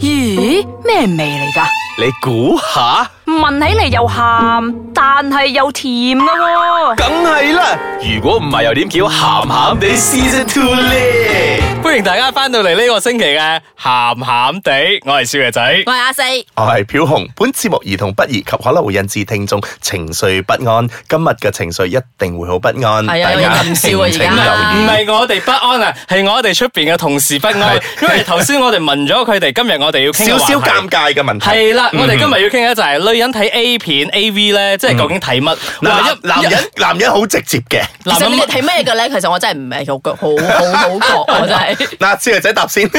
咦，咩味嚟噶？你估下，聞起嚟又鹹，但係又甜噶喎、梗係啦。如果唔係，又點叫鹹鹹地 Season Two 咧？欢迎大家翻到嚟呢个星期嘅咸咸地，我系少爷仔。我係阿四，我係飄紅，本節目兒童不宜及可能會引致聽眾情緒不安。今日嘅情緒一定會好不安，係啊大家有人笑啊敬請而家留唔意。系我哋不安啊，系我哋出边嘅同事不安係，因为头先我哋問咗佢哋，今日我哋要傾少少尷尬嘅問題。系啦，我哋今日要傾嘅就係女人睇 A 片 A V 咧，即係究竟睇乜？男哇男人男人好直接嘅。其男實人你哋睇咩嘅咧？其實我真係唔係好好好好 覺，我真係嗱，小女仔答 先。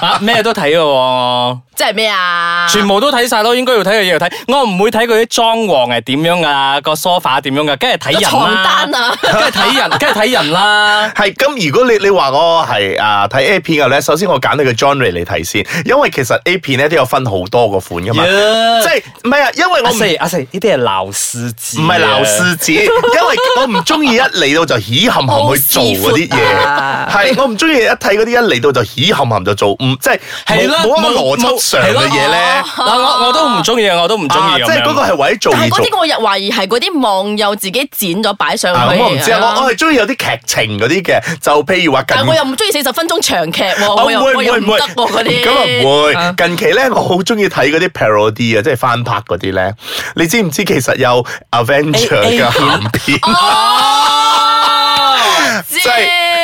啊咩都睇嘅喎。即係咩啊？全部都睇晒咯，應該要睇嘅嘢要睇。我唔會睇佢啲裝潢係點樣啊，個 sofa 點樣噶，梗係睇人啦，床單啊梗係睇人，梗係睇 人啦。係咁，如果你你話我係啊睇 A 片嘅咧，首先我揀到個 genre 嚟睇先，因為其實 A 片咧都有分好多個款噶嘛。 Yeah 即係唔係啊？因為我阿唔四阿四，呢啲係鬧啊獅子，唔係鬧獅子，因為我唔中意一嚟到就起冚冚去做嗰啲好師傅啊嘢，係我唔中意一睇嗰啲一嚟到就起冚冚就做，唔即係冇係啦，冇一個邏輯上嘅嘢咧係。咯嗱，我我都唔中意，我都唔中啊，意即咁係嗰個樣。係為咗做但而係嗰做。啲我又懷疑係嗰啲網友自己剪咗擺上啊去。咁我唔知啊，我我係中意有啲劇情嗰啲嘅，就譬如話近但我又唔中意四十分鐘長劇喎，哦我又會我又會唔得喎嗰啲。咁啊啊唔會。近期咧，我好中意睇嗰啲 parody 啊，即係翻拍嗰啲咧。你知唔知其實有 Avenger A- A 嘅片鹹片，啊哦即係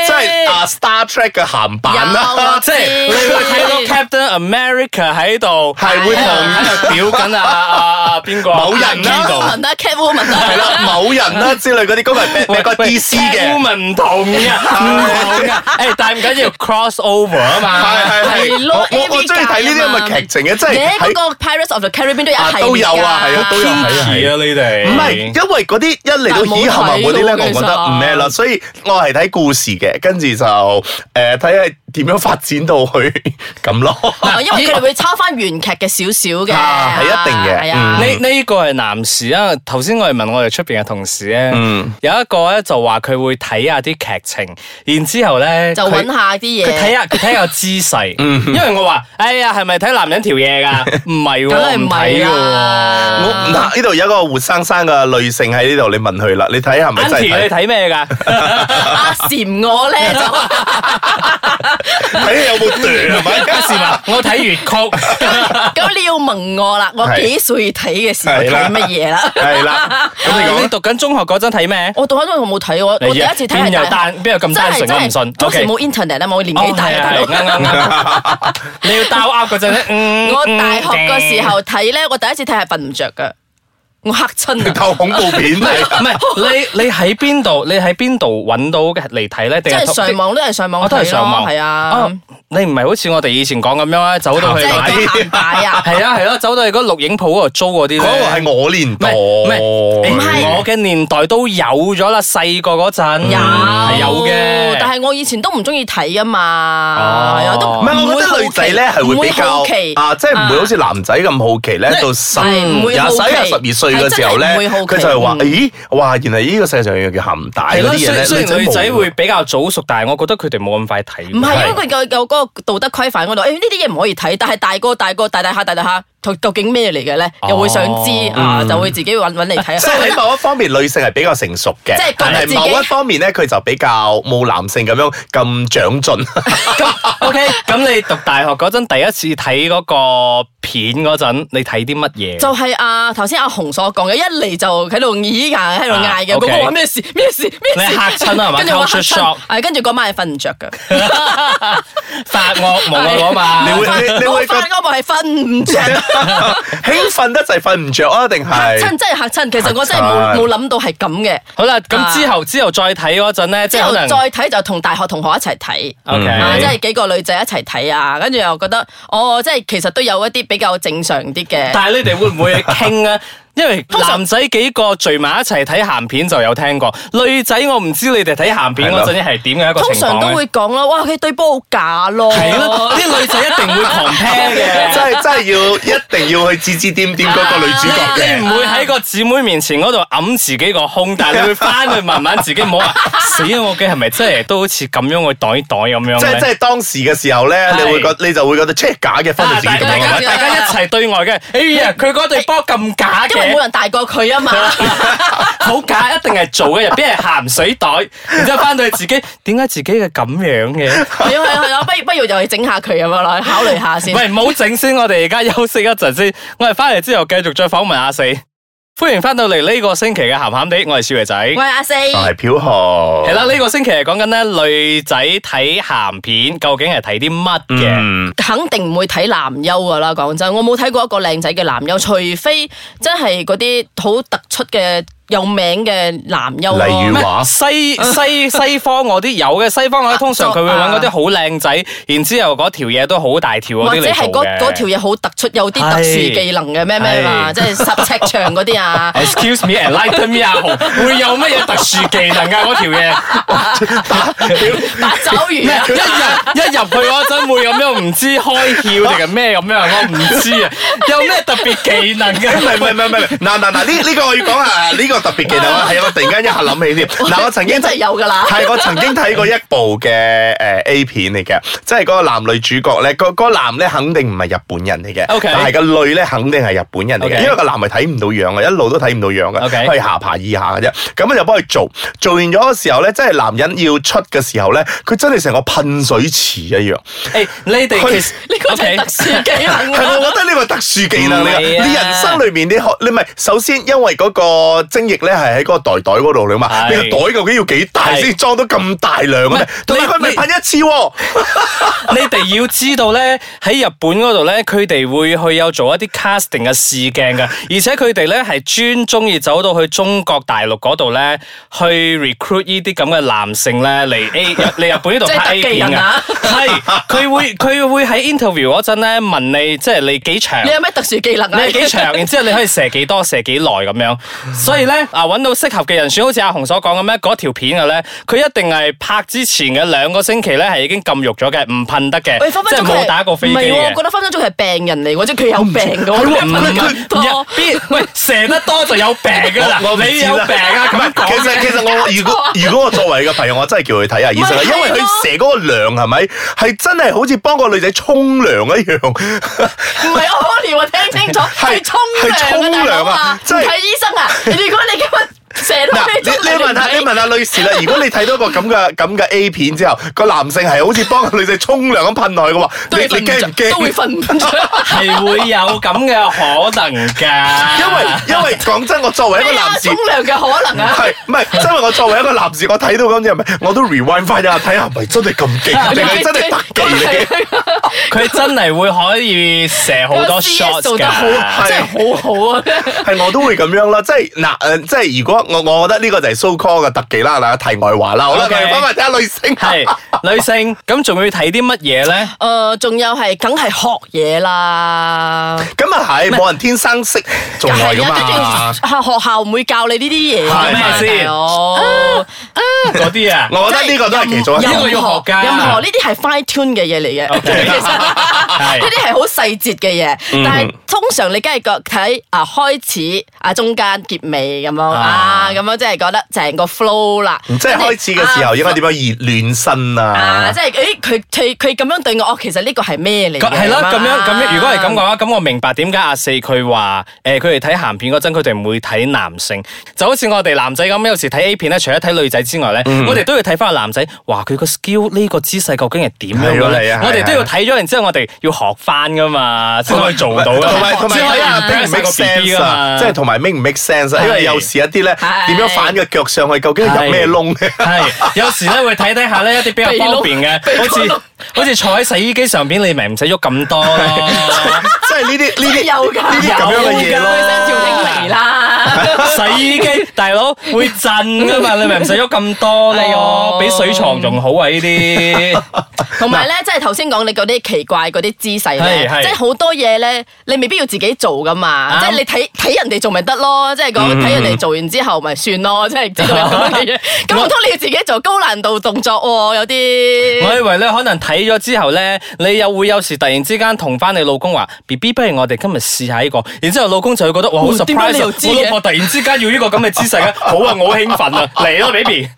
即係啊 Star Trek 嘅鹹版有啦啊。即係你會 睇到 Captain America 喺度，係會喺度喺度屌緊啊啊啊邊個某人啊啦邊個 Catwoman 啦，Catwoman 啊啦，係啦，某人啦之類嗰啲，嗰 個係咩咩個 DC 嘅， Catwoman 唔同 嘅，唔同嘅。啊誒，但係唔緊要，cross over 啊嘛。係係係係，咯我我我 AV 中意睇呢啲咁嘅劇情嘅，即你係嗰喺個 Pirates of the Caribbean 都有啊一系列都有啊，係啊都有係啊係係啊。啊，你哋唔係，因為嗰啲一嚟到起冚冚嗰啲咧，我覺得唔咩啦，所以我係睇故事嘅，跟住就誒睇下點樣發展到去 咁咯。哦因為佢哋會抄翻原劇嘅少少嘅，啊係一定嘅係啊，呢呢個係男士啊，頭先我哋問我哋出邊嘅同事咧，嗯有一個咧就話佢會睇下啲劇情，然之後咧就揾下啲嘢。佢睇下佢睇下個姿勢， 因為我話哎呀係咪睇男人條嘢㗎？唔係梗喎，係唔唔睇係㗎啦喎。我嗱呢度有一個活生生嘅女性喺呢度，你問佢啦，你睇係咪真 Auntie 你係睇？睇咩㗎？阿禪我 咧就睇有冇斷係咪？是嘛？我睇粵曲，咁你要問我啦，我幾歲睇嘅時候係啦睇乜嘢啦？ 係啦，咁 你你講讀緊中學嗰陣睇咩？我到喺度冇睇我，我第一次睇係邊有大單邊有咁單純？我唔信。當時 OK 冇 internet 啊嘛，我年紀大啊，大佬哦係係 啱啱啱。你要兜噏嗰陣咧，嗯我大學嘅時。候睇咧，我第一次睇係瞓唔着噶，我嚇 親啊！套恐怖片唔係嚟。唔係，你你喺邊度？你喺邊度揾到嘅嚟睇咧？即定係上網都係上網睇咯，我都係上網。係啊哦，，你唔係好似我哋以前講咁樣咧，走到即去係買嗰個啲。鹹帶啊！ 係啊係啊，走到去嗰錄影鋪嗰度租嗰啲咧。嗰個係我年代，唔係唔係我嘅年代都有咗啦，細個嗰陣有係有嘅，但係我以前都唔中意睇啊哦嘛，係啊都唔係，我覺得女仔咧係會比較唔會好奇啊，即係唔會好似男仔咁好奇咧，到十唔會廿好十奇一廿十二歲嘅時候係咧真係唔會好，奇嗯佢就係話：咦，哇！原來呢個世界上有樣叫鹹帶係嗰啦。啲嘢咧，雖雖然女仔冇啊會比較早熟，但係我覺得佢哋冇咁快睇。唔係因為佢有有嗰個道德規範嗰度，誒哎呢啲嘢唔可以睇，但係大個大個大大下大大下，究究竟咩嚟嘅咧？又會想知啊，就會自己揾揾嚟睇哦嗯啊即係喺下。某一方面，女性係比較成熟嘅即係覺，得但係自己某一方面咧，佢就比較冇男性咁樣咁長 進。 O K，咁你讀大學嗰陣第一次睇嗰個片嗰陣，你睇啲乜嘢？就係啊，頭先阿紅所講嘅，一嚟就喺度咦牙喺度嗌嘅，嗰啊個 OK 話咩事咩事咩事，你嚇親啊係 嘛跟住我嚇 Culture shock 親，係跟住嗰晚係瞓唔着嘅。 發惡夢啊嗰你晚會，你你我會覺發嗰幕係瞓唔着。興奮得滯，瞓唔着啊？定係嚇親真係嚇親，其實我真係嚇親冇冇諗到係咁嘅。好啦，咁之後之後再睇嗰陣咧，即啊之係後可能再睇就同大學同學一齊睇。 O 啊，即係 K，幾個女仔一齊睇啊，跟住又覺得，哦，即係其實都有一啲比較正常啲嘅。 但係你哋會唔會傾 啊？因為男仔幾個聚埋一齊睇鹹片就有聽過，女仔我唔知你哋睇鹹片嗰陣係點嘅一個通情況常都咧會講咯，哇，佢對波好假咯。 係咯，啲女仔一定會 compare 嘅。 真係真係係要一定要去指指點點嗰個女主角啊你嘅。唔會喺個姊妹面前嗰度揞自己個胸，但係你會翻去慢慢自己唔 好話死啊！我嘅係咪真係都好似咁樣去袋袋咁樣即係即咧？係當時嘅時候咧，係你會覺你就會覺得 check 假嘅，分到啊自己大咁大家樣。大家一齊對外嘅，哎呀，佢嗰對波咁假因為冇嘅，人大過佢 啊嘛，好假，一定係做嘅，入邊係鹹水 袋，然之後翻到去自己，點解自己嘅咁樣嘅？係啊係啊係啊，不如不如又去整下佢咁樣啦，考慮下先。喂，唔好整先，我哋而家休息一陣先，我哋翻嚟之後繼續再訪問阿四。歡迎翻到嚟呢個星期嘅鹹鹹地，我係少爺仔。喂，阿四，就係飄紅。系啦，呢、個星期係講緊咧女仔睇鹹片，究竟係睇啲乜嘅？嗯，肯定唔會睇男優噶啦，講真，我冇睇過一個靚仔嘅男優，除非真係嗰啲好突出嘅有名嘅男優咯例如咩話西西西方嗰啲有嘅，西方嗰啲通常佢會揾嗰啲好靚仔，然之后嗰條嘢都好大條嗰或啲者係嚟做嗰嘅。嗰條嘢好突出，有啲特殊技能嘅咩咩嘛，係。即係十尺長嗰啲啊 Excuse me and light me 阿豪，會有乜嘢特殊技能啊？嗰條嘢八爪魚啊一！入一入去嗰陣會咁樣唔知開竅定係咩咁樣，我唔知啊。有咩特別技能啊唔係嘅？唔係唔係唔係，嗱嗱嗱，呢呢個我要講下，呢個特別技能 啊，係我突然間一下諗起添。嗱，我曾經真係有㗎啦係我曾經睇過一部嘅誒 A 片嚟嘅，即係嗰個男女主角咧，個嗰個男咧肯定唔係日本人嚟嘅 OK 但係個女咧肯定係日本人嚟 OK 嘅，因為個男係睇唔到樣嘅，啊一路都睇唔到樣嘅， OK 係下爬以下嘅啫。咁就幫佢做，做完咗嘅時候咧，即係男人要出嘅時候咧，佢真係成個噴水池一樣。 誒，你哋 其實呢個就係 OK 特殊技能係，啊我覺得呢個特殊技能嚟㗎。唔係啊你人生裏面你學，你咪首先因為嗰個精液咧係喺嗰個袋袋嗰度嚟嘛，係你個袋究竟要幾大係先裝到咁大量嘅咧？唔係同埋佢咪你噴一次喎， 你哋要知道咧，喺日本嗰度咧，佢哋會去有做一啲 casting 嘅試鏡嘅，而且佢哋咧係專中意走到去中國大陸嗰度咧，去 recruit 呢啲咁嘅男性咧嚟 A 嚟日本呢度即係拍特 A 技片人嘅啊，係佢會佢會喺 interview 嗰陣咧問你，即係你幾長你。有咩特殊技能啊？ 你係幾長，然之後你可以射幾多、射幾耐咁樣，所以咧啊揾到適合嘅人選，好似阿紅所講咁咧，嗰條片嘅咧，佢一定係拍之前嘅兩個星期咧係已經禁肉咗嘅，唔噴得嘅喂，分，即分係鐘佢冇係打過飛機唔係喎，我覺嘅。得分分鐘佢係病人嚟喎，即係佢有病嘅喎，唔佢分咁多。邊喂射得多就有病噶啦，唔你知有啦病啊咁 樣其講實其實我如果如果我作為嘅朋友，我真係叫佢睇下醫生啦，咪係因咯為佢射嗰個量係咪係真係好似幫個女仔沖涼一樣。唔係屙尿啊！聽清楚，係沖係涼啊，沖大涼佬啊啊，唔真係睇醫生啊！如果你今日成嗱，日你都去沖涼你問下你問下女士啦，如果你睇到個咁嘅咁嘅 A 片之後，個男性係好似幫個女仔沖涼咁噴落去嘅話，你都會瞓你唔驚唔著，都會驚？瞓唔 着。係會有咁嘅可能㗎，因為因為講真，我作為一個咩啊男士沖。涼嘅可能啊！係唔係？因為我作為一個男士，我睇到咁樣咪，我都 rewind 翻一下睇下，係咪真係咁勁，定係真係特技嚟嘅？佢真係會可以射好多 shot 做㗎得。好，真係好好 啊！係我都會咁樣啦，即係嗱誒，即係如果我我覺得呢個就係 so call 嘅特技啦，嗱題外話啦，好啦，我 OK 哋翻翻睇下女星。係女性，咁仲要睇啲乜嘢咧？ 誒，仲有係梗係學嘢啦，咁啊係，冇人天生識做愛係噶啊嘛。跟住學校唔會教你呢啲嘢㗎嘛，係咩先大佬嗰啲啊，我覺得呢個都係其中一任個呢個要學㗎任何呢啲係 fine tune 嘅嘢嚟嘅， OK 其實係呢啲係好細節嘅嘢。嗯但係通常你梗係覺睇啊開始啊中間結尾咁樣啊啊咁樣，即係覺得成個 flow 啦。即係開始嘅時候應該點樣熱暖身啊？啊？即係誒佢佢佢咁樣對我，哦，其實呢個係咩嚟咁嘅？係啦，咁樣啊咁樣，如果係咁嘅話，咁我明白點解阿四佢話誒，佢哋睇鹹片嗰陣，佢哋唔會睇男性，就好似我哋男仔咁，有時睇 A 片咧，除咗睇女仔之外咧，嗯我哋都要睇翻個男仔，哇，佢個 skill 呢個姿勢究竟係點樣嘅係咧啊係啊？我哋都要睇咗，然之後我哋要學翻噶嘛，先可以做到㗎嘛，同埋同埋先可以啊睇下 make 唔 make 個 BB sense 㗎啊，嘛，即係同埋 make 唔 make sense 啊？因為有時一啲咧係點樣反個腳上去，究竟係入咩窿 嘅？係，有時咧會睇睇下咧一啲比較方便 嘅，好似好似坐喺洗衣機上邊，你咪唔使喐咁 多咯。 即係呢啲呢真係啲有㗎，呢啲咁樣嘅嘢佢咯。真係調嚟啦。 洗衣機大佬會震噶嘛，你咪唔使喐咁多哎呦，咯比水床仲好啊 呢啲。同埋咧，即係頭先講你嗰啲奇怪嗰啲姿勢咧係，係即係好多嘢咧，你未必要自己做噶嘛。啱嗯即係你睇睇人哋做咪得咯，即係講睇人哋做完之後咪算咯，即係知道有咁樣嘅 嘢。咁唔通你要自己做高難度動作喎？有我啲以為咧，可能睇咗之後咧，你又會有時突然之間同翻你老公話 B B B，不如我哋今日試下呢個。然之後老公就會覺得哇好嗯點解你 surprise，又啊知我嘅老婆突然之間要呢個咁嘅姿勢 啊！好啊，我好興奮啊！嚟咯，baby，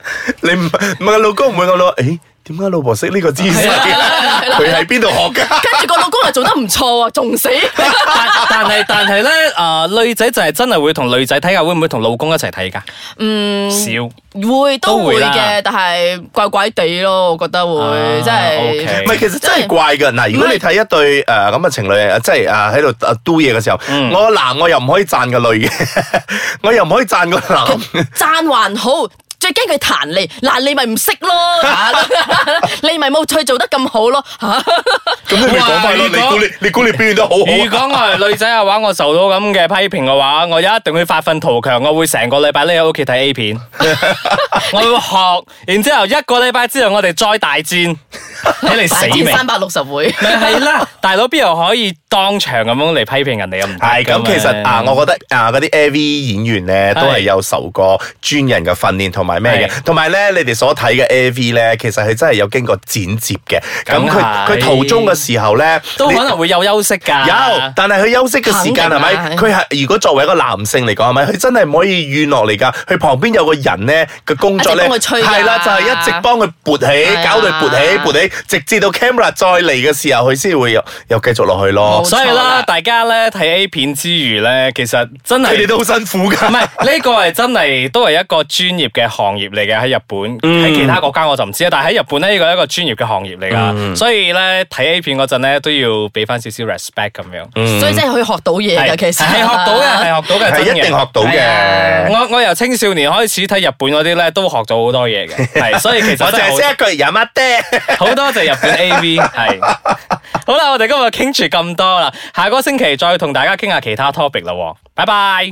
你唔唔係老公唔會咁老，誒點解老婆識呢個姿勢？佢喺邊度學㗎？ 跟住個老公又做得唔錯啊，仲 死。但但係但係咧，啊女仔就係真係會同女仔睇㗎，會唔會同老公一齊睇㗎？嗯，少。會都都會會啦嘅，但係怪怪地咯，我覺得啊會真 OK 係唔係，其實真係怪㗎。嗱，如果你睇一對誒呃咁嘅情侶，即係誒喺度誒 do 嘢嘅時候，嗯我男我又唔可以讚個女嘅， 我又唔可以讚個男。讚還好。最驚佢彈你，嗱你咪唔識 咯，啊你咪冇趣做得咁好咯，啊嚇咁你咪講翻咯，哇你估你你估你表現得好 如好果啊？我係女仔嘅話，我受到咁嘅批評嘅話，我一定會發奮圖強，我會成個禮拜匿喺屋企睇 A 片，我會學，然之後一個禮拜之後我哋再大 戰，睇你死大未？天咪三百六十回。係啦，大佬邊度可以當場咁樣嚟批評人哋啊？唔得係㗎咁，嘛其實啊，我覺得啊，嗰啲 AV 演員咧都係係有受過專人嘅訓練同埋咩嘅，係同埋咧你哋所睇嘅 AV 咧，其實係真係有經過剪接嘅。咁梗佢係佢途中嘅時候咧，都你可能會有休息㗎。有，但係佢休息嘅時間係咪？啊肯定啦佢係如果作為一個男性嚟講係咪？佢真係唔可以軟落嚟㗎。佢旁邊有個人咧嘅工作一咧，直幫佢吹㗎係啦，就係一直幫佢勃起，係啊搞到佢勃起勃起，直至到 camera 再嚟嘅時候，佢先會又又繼續落去咯冇。錯所以啦，啦大家咧睇 A 片之餘咧，其實真係佢哋都好辛苦唔係㗎。呢個係真係都係一個專業嘅行業嚟嘅喺日本，喺、其他國家我就唔知啦。但係喺日本咧，呢個係一個專業嘅行業嚟噶，所以咧睇 A 片嗰陣咧都要俾翻少少 respect 咁樣。所以真係可以學到嘢嗯係㗎，其實係學到嘅，係學到嘅，係真嘅一定學到嘅係啊我我由青少年開始睇日本嗰啲咧，都學到好多嘢 嘅，係所以其實我淨真係係好識一句飲乜爹。好多謝日本 A.V. 係好啦，我哋今日傾住咁多啦，下個星期再同大家傾下其他 topic 啦喎，拜拜。